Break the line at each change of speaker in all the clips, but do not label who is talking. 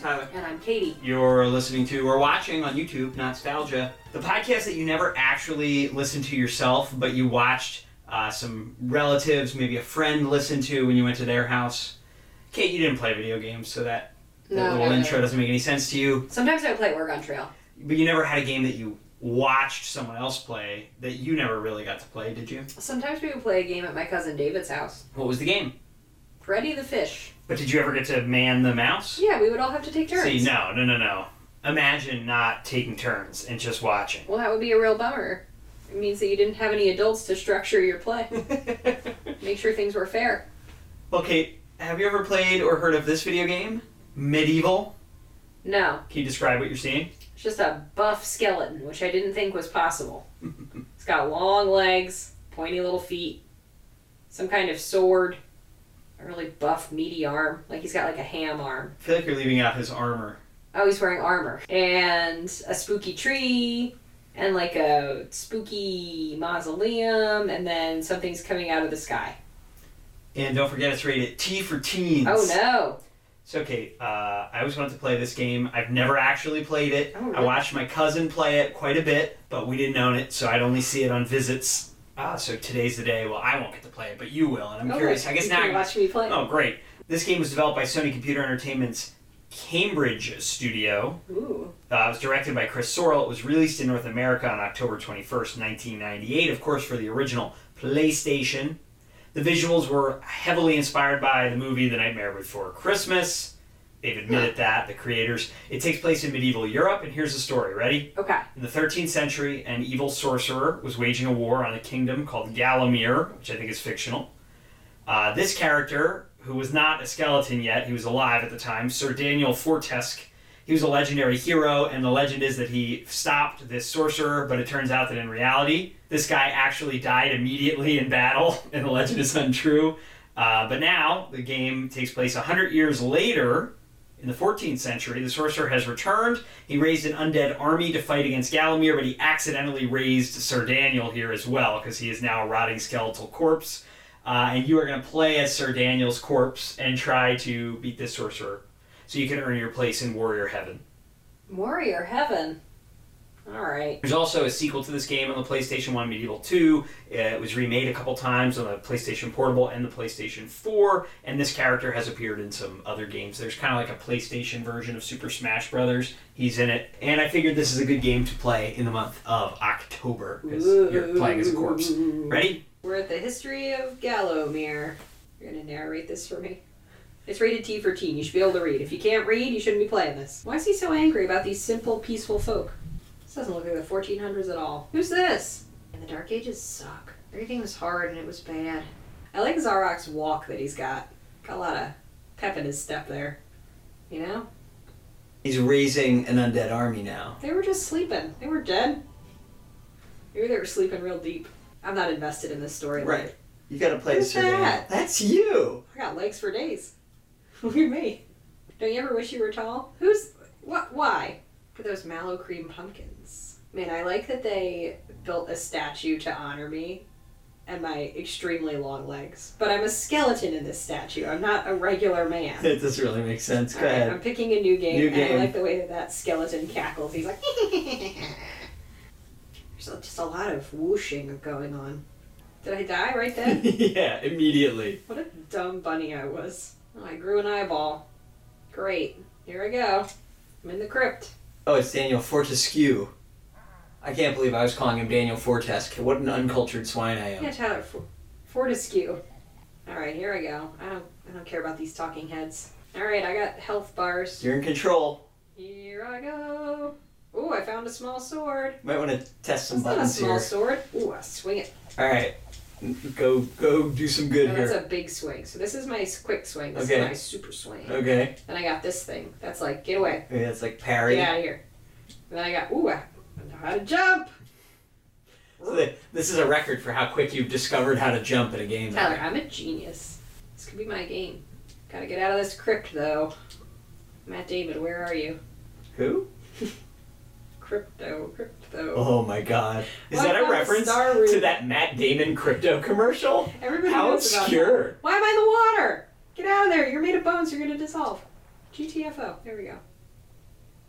Tyler.
And I'm Katie.
You're listening to or watching on YouTube, Nostalgia, the podcast that you never actually listened to yourself, but you watched uh, some relatives, maybe a friend, listen to when you went to their house. Kate, you didn't play video games, so that, that
No,
little
no, no.
intro doesn't make any sense to you.
Sometimes I play Oregon Trail.
But you never had a game that you watched someone else play that you never really got to play, did you?
Sometimes we would play a game at my cousin David's house.
What was the game?
Freddy the Fish.
But did you ever get to man the mouse?
Yeah, we would all have to take turns.
See, no, no, no, no. Imagine not taking turns and just watching.
Well, that would be a real bummer. It means that you didn't have any adults to structure your play, make sure things were fair.
Well, Kate, have you ever played or heard of this video game? Medieval?
No,
Can you describe what you're seeing?
it's just a buff skeleton, which I didn't think was possible. it's got long legs, pointy little feet, some kind of sword, a really buff, meaty arm. Like he's got like a ham arm.
I feel like you're leaving out his armor.
Oh, he's wearing armor. And a spooky tree, and like a spooky mausoleum, and then something's coming out of the sky.
And don't forget it's rated T for teens.
Oh no!
So, Kate, uh, I always wanted to play this game. I've never actually played it.
Oh, really?
I watched my cousin play it quite a bit, but we didn't own it, so I'd only see it on visits. Uh, so today's the day. Well, I won't get to play it, but you will, and I'm
Oh,
curious. I guess
you
now.
can
I'm-
watch me play.
Oh, great! This game was developed by Sony Computer Entertainment's Cambridge studio.
Ooh.
Uh, it was directed by Chris Sorrell. It was released in North America on October 21st, 1998, of course, for the original PlayStation. The visuals were heavily inspired by the movie The Nightmare Before Christmas. They've admitted that, the creators. It takes place in medieval Europe, and here's the story. Ready?
Okay.
In the 13th century, an evil sorcerer was waging a war on a kingdom called Galamir, which I think is fictional. Uh, this character, who was not a skeleton yet, he was alive at the time, Sir Daniel Fortesque, he was a legendary hero, and the legend is that he stopped this sorcerer, but it turns out that in reality, this guy actually died immediately in battle, and the legend is untrue. Uh, but now, the game takes place 100 years later, in the 14th century. The sorcerer has returned. He raised an undead army to fight against Galamir, but he accidentally raised Sir Daniel here as well, because he is now a rotting skeletal corpse. Uh, and you are going to play as Sir Daniel's corpse and try to beat this sorcerer so you can earn your place in Warrior Heaven.
Warrior Heaven. All right.
There's also a sequel to this game on the PlayStation 1 Medieval 2. Uh, It was remade a couple times on the PlayStation Portable and the PlayStation 4, and this character has appeared in some other games. There's kind of like a PlayStation version of Super Smash Brothers. He's in it, and I figured this is a good game to play in the month of October because you're playing as a corpse. Ready?
We're at the history of Gallomere. You're gonna narrate this for me. It's rated T for teen. You should be able to read. If you can't read, you shouldn't be playing this. Why is he so angry about these simple, peaceful folk? This doesn't look like the 1400s at all. Who's this? And the Dark Ages suck. Everything was hard and it was bad. I like Zarok's walk that he's got. Got a lot of pep in his step there. You know?
He's raising an undead army now.
They were just sleeping. They were dead. Maybe they were sleeping real deep. I'm not invested in this story.
Right. You gotta play
Who's
Sir Daniel.
that?
That's you!
I got legs for days. Look at me. Don't you ever wish you were tall? Who's what? Why? For those mallow cream pumpkins. Man, I like that they built a statue to honor me and my extremely long legs. But I'm a skeleton in this statue. I'm not a regular man.
That doesn't really make sense.
All right, I'm picking a new game,
New
and
game.
I like the way that that skeleton cackles. He's like, there's a- just a lot of whooshing going on. Did I die right then?
yeah, immediately.
what a dumb bunny I was. Oh, I grew an eyeball. Great. Here I go. I'm in the crypt.
Oh, it's Daniel Fortescue. I can't believe I was calling him Daniel Fortesque. What an uncultured swine I am.
Yeah, Tyler, for- Fortescue. All right, here I go. I don't, I don't care about these talking heads. All right, I got health bars.
You're in control.
Here I go. Ooh, I found a small sword.
Might want to test some
That's not a
buttons
small
here.
sword. Ooh, I swing it.
All right, go go do some good
No, that's
here.
a big swing. So this is my s- quick swing. This
Okay.
is my super swing.
okay,
Then I got this thing. That's like, get away.
Maybe that's like parry.
Get out of here. And then I got, ooh, I know how to jump.
So the- this is a record for how quick you've discovered how to jump in a game.
Tyler, I'm a genius. This could be my game. Gotta get out of this crypt, though. Matt David, where are you?
Who?
Crypto, crypto.
Oh my God! Is
What
that a
about
reference
Star Root?
to that Matt Damon crypto commercial?
Everybody
How
knows about
obscure!
Why am I in the water? Get out of there. You're made of bones. You're gonna dissolve. GTFO. There we go.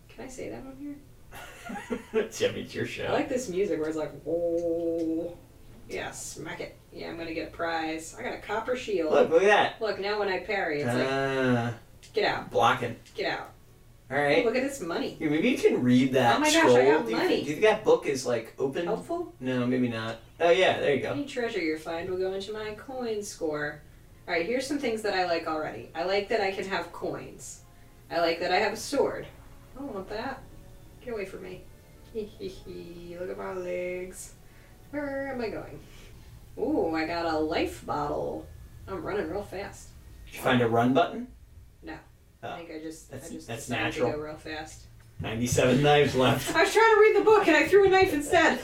Can I say that on here?
yeah, I mean, it's your
I
show.
like this music where it's like, whoa. Yeah, smack it. Yeah, I'm gonna get a prize. I got a copper shield.
Look, look at
Look, now when I parry,
that.
it's like,
Ah,
get out,
blocking.
get out.
All right.
Look at this money.
Here, maybe you can read that
Oh my gosh, I
scroll.
got
do, you
money. Oh.
Think, do you think that book is like open?
Helpful?
No, maybe not. Oh yeah, there you go.
Any treasure you find will go into my coin score. Alright, here's some things that I like already. I like that I can have coins. I like that I have a sword. I don't want that. Get away from me. Hee hee hee. Look at my legs. Where am I going? Ooh, I got a life bottle. I'm running real fast.
Did you find a run button?
I think I just
That's-
I just
that's
decided
natural.
to go real fast.
Ninety-seven knives left.
I was trying to read the book and I threw a knife instead.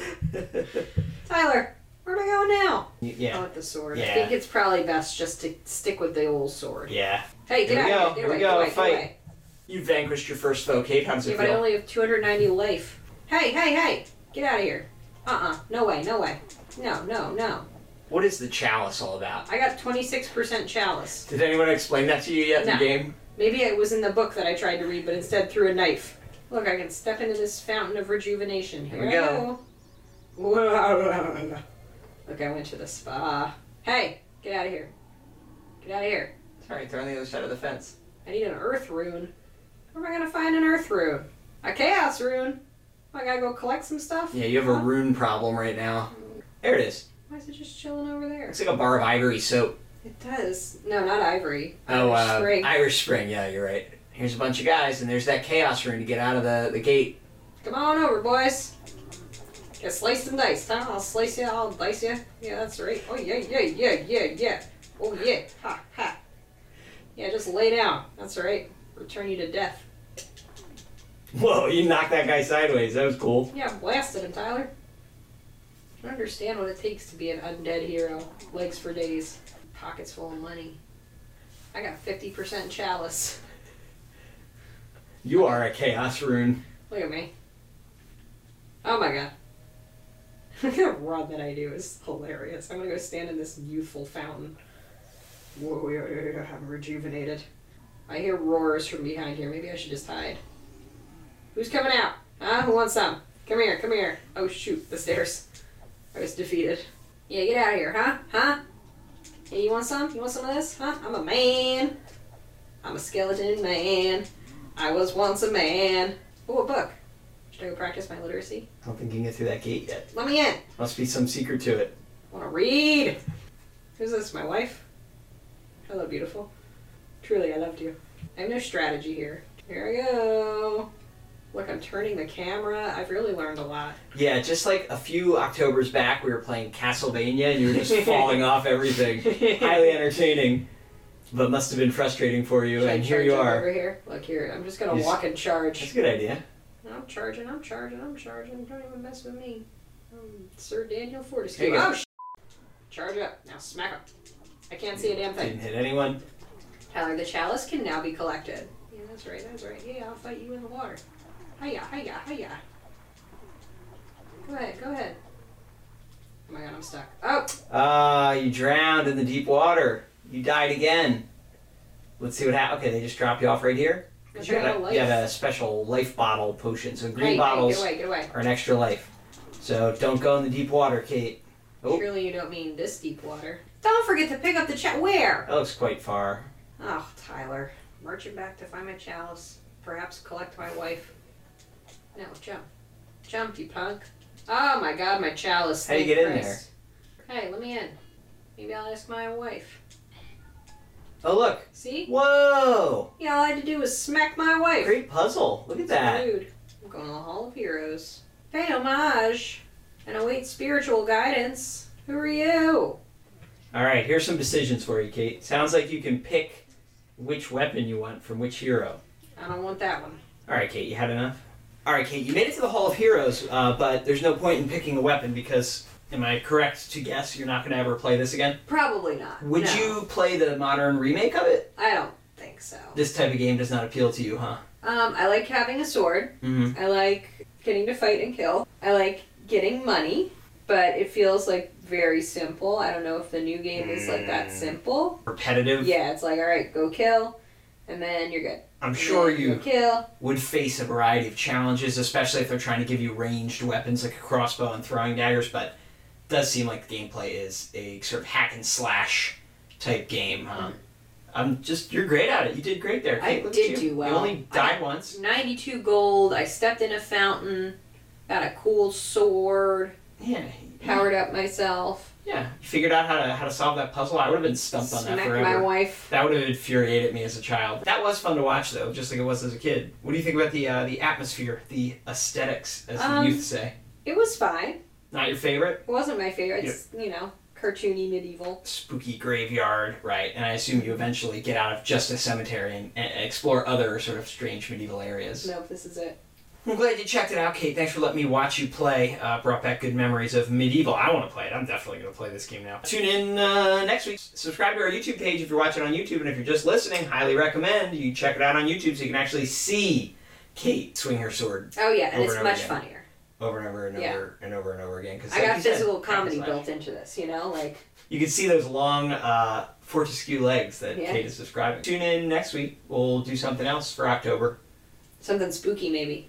Tyler, where do I go now? I
yeah.
want the sword. I
Yeah.
think it's probably best just to stick with the old sword.
Yeah.
Hey, get
Here we
out!
go,
Get
here we
away,
go,
Get away,
fight.
get away.
You vanquished your first foe, Kate. How does
Yeah,
it
but I
feel?
only have 290 life. Hey, hey, hey! Get out of here! Uh-uh! No way! No way! No! No! No!
What is the chalice all about?
I got 26% chalice.
Did anyone explain that to you yet in the
No.
game?
Maybe it was in the book that I tried to read, but instead threw a knife. Look, I can step into this fountain of rejuvenation.
Here
Here,
we
I
go.
go. Look, I went to the spa. Hey, get out of here! Get out of here!
Sorry, they're on the other side of the fence.
I need an earth rune. Where am I gonna find an earth rune? A chaos rune? I gotta go collect some stuff?
Yeah, you have a rune problem right now. There it is.
Why is it just chilling over there?
Looks like a bar of ivory soap.
It does. No, not ivory.
Oh,
Irish
uh,
spring.
Irish Spring. Yeah, you're right. Here's a bunch of guys, and there's that chaos rune to get out of the, the gate.
Come on over, boys. Get sliced and diced, huh? I'll slice you, I'll dice you. Yeah, that's right. Oh, yeah, yeah, yeah, yeah, yeah. Oh, yeah. Ha, ha. Yeah, just lay down. That's right. Return you to death.
Whoa, you knocked that guy sideways. That was cool.
Yeah, blasted him, Tyler. I don't understand what it takes to be an undead hero. Legs for days, pockets full of money. I got 50% chalice.
You are a chaos rune.
Look at me. Oh my god. the run that I do is hilarious. I'm gonna go stand in this youthful fountain. Whoa, yeah, yeah, yeah, I'm rejuvenated. I hear roars from behind here. Maybe I should just hide. Who's coming out? Huh? Who wants some? Come here, come here. Oh shoot, the stairs. I was defeated. Yeah, get out of here, huh? Huh? Yeah, you want some? You want some of this? Huh? I'm a man. I'm a skeleton man. I was once a man. Oh, a book. Should I go practice my literacy?
I don't think you can get through that gate yet.
Let me in.
Must be some secret to it.
want to read. Who's this? My wife? Hello, beautiful. Truly, I loved you. I have no strategy here. Here I go. Look, I'm turning the camera. I've really learned a lot.
Yeah, just like a few Octobers back, we were playing Castlevania, and you were just falling off everything. Highly entertaining, but must have been frustrating for you.
Should I
and here
charge
you
up
are.
Over here. Look here. I'm just gonna
Yes.
walk and
That's
charge.
a good idea.
I'm charging. I'm charging. I'm charging. Don't even mess with me. I'm Sir Daniel Fortescue.
Here you go.
Oh, sh- charge up now. Smack up. I can't see a damn thing.
Didn't hit anyone.
Tyler, the chalice can now be collected. Yeah, that's right, that's right. Yeah, I'll fight you in the water. Hiya, hiya, hiya. Go ahead, go ahead. Oh my god, I'm stuck. Oh!
Ah, you drowned in the deep water. You died again. Let's see what happens. Okay, they just drop you off right here.
I
You
got
have, a,
a life.
you have a special life bottle potion. So green
Hey, hey,
bottles
get away, get away.
are an extra life. So don't go in the deep water, Kate. Oh.
Surely you don't mean this deep water. Don't forget to pick up the chalice. Where?
That looks quite far.
Oh, Tyler. Marching back to find my chalice. Perhaps collect my wife. No, jump. Jump, you punk. Oh my god, my chalice.
How do you
Thank
get in
Christ. Hey, let me in. Maybe I'll ask my wife.
Oh, look.
See?
Whoa!
Yeah, all I had to do was smack my wife.
Great puzzle. Look at
It's
that.
Rude. I'm going to the Hall of Heroes. Pay homage and await spiritual guidance. Who are you?
All right, here's some decisions for you, Kate. Sounds like you can pick which weapon you want from which hero.
I don't want that one.
All right, Kate, you had enough? All right, Kate, you made it to the Hall of Heroes, uh, but there's no point in picking a weapon because, am I correct to guess you're not going to ever play this again?
Probably not.
Would
No.
you play the modern remake of it?
I don't think so.
This type of game does not appeal to you, huh?
Um, I like having a sword.
Mm-hmm.
I like getting to fight and kill. I like getting money, but it feels like very simple. I don't know if the new game is like that
Mm.
simple.
Repetitive?
Yeah, it's like, all right, go kill. and then you're good.
I'm sure
And then
you
kill.
would face a variety of challenges, especially if they're trying to give you ranged weapons like a crossbow and throwing daggers, but it does seem like the gameplay is a sort of hack and slash type game. Um, I'm just you're great at it. You did great there.
Mm-hmm. I
Kate, look at
did
you.
do well.
You only died once.
92 gold. I stepped in a fountain, got a cool sword,
Yeah.
powered up myself,
Yeah. You figured out how to how to solve that puzzle. I would have been stumped on that
smacked
forever.
my wife.
That would have infuriated me as a child. That was fun to watch, though, just like it was as a kid. What do you think about the uh, the atmosphere, the aesthetics, as the
Um,
youth say?
It was fine.
Not your favorite.
It wasn't my favorite. It's, you know, cartoony medieval.
Spooky graveyard, right? And I assume you eventually get out of just a cemetery and, and explore other sort of strange medieval areas.
Nope, this is it.
I'm glad you checked it out, Kate. Thanks for letting me watch you play. Uh, brought back good memories of medieval. I want to play it. I'm definitely going to play this game now. Tune in uh, next week. Subscribe to our YouTube page if you're watching on YouTube, and if you're just listening, highly recommend you check it out on YouTube so you can actually see Kate swing her sword
Oh, yeah, and
Over
it's
and over
much
again.
funnier.
over and over and
Yeah.
over and over and over again. Because
I got physical comedy built into this, you know? Like,
You can see those long uh, fortescue legs that
Yeah.
Kate is describing. Tune in next week. We'll do something else for October.
something spooky, maybe.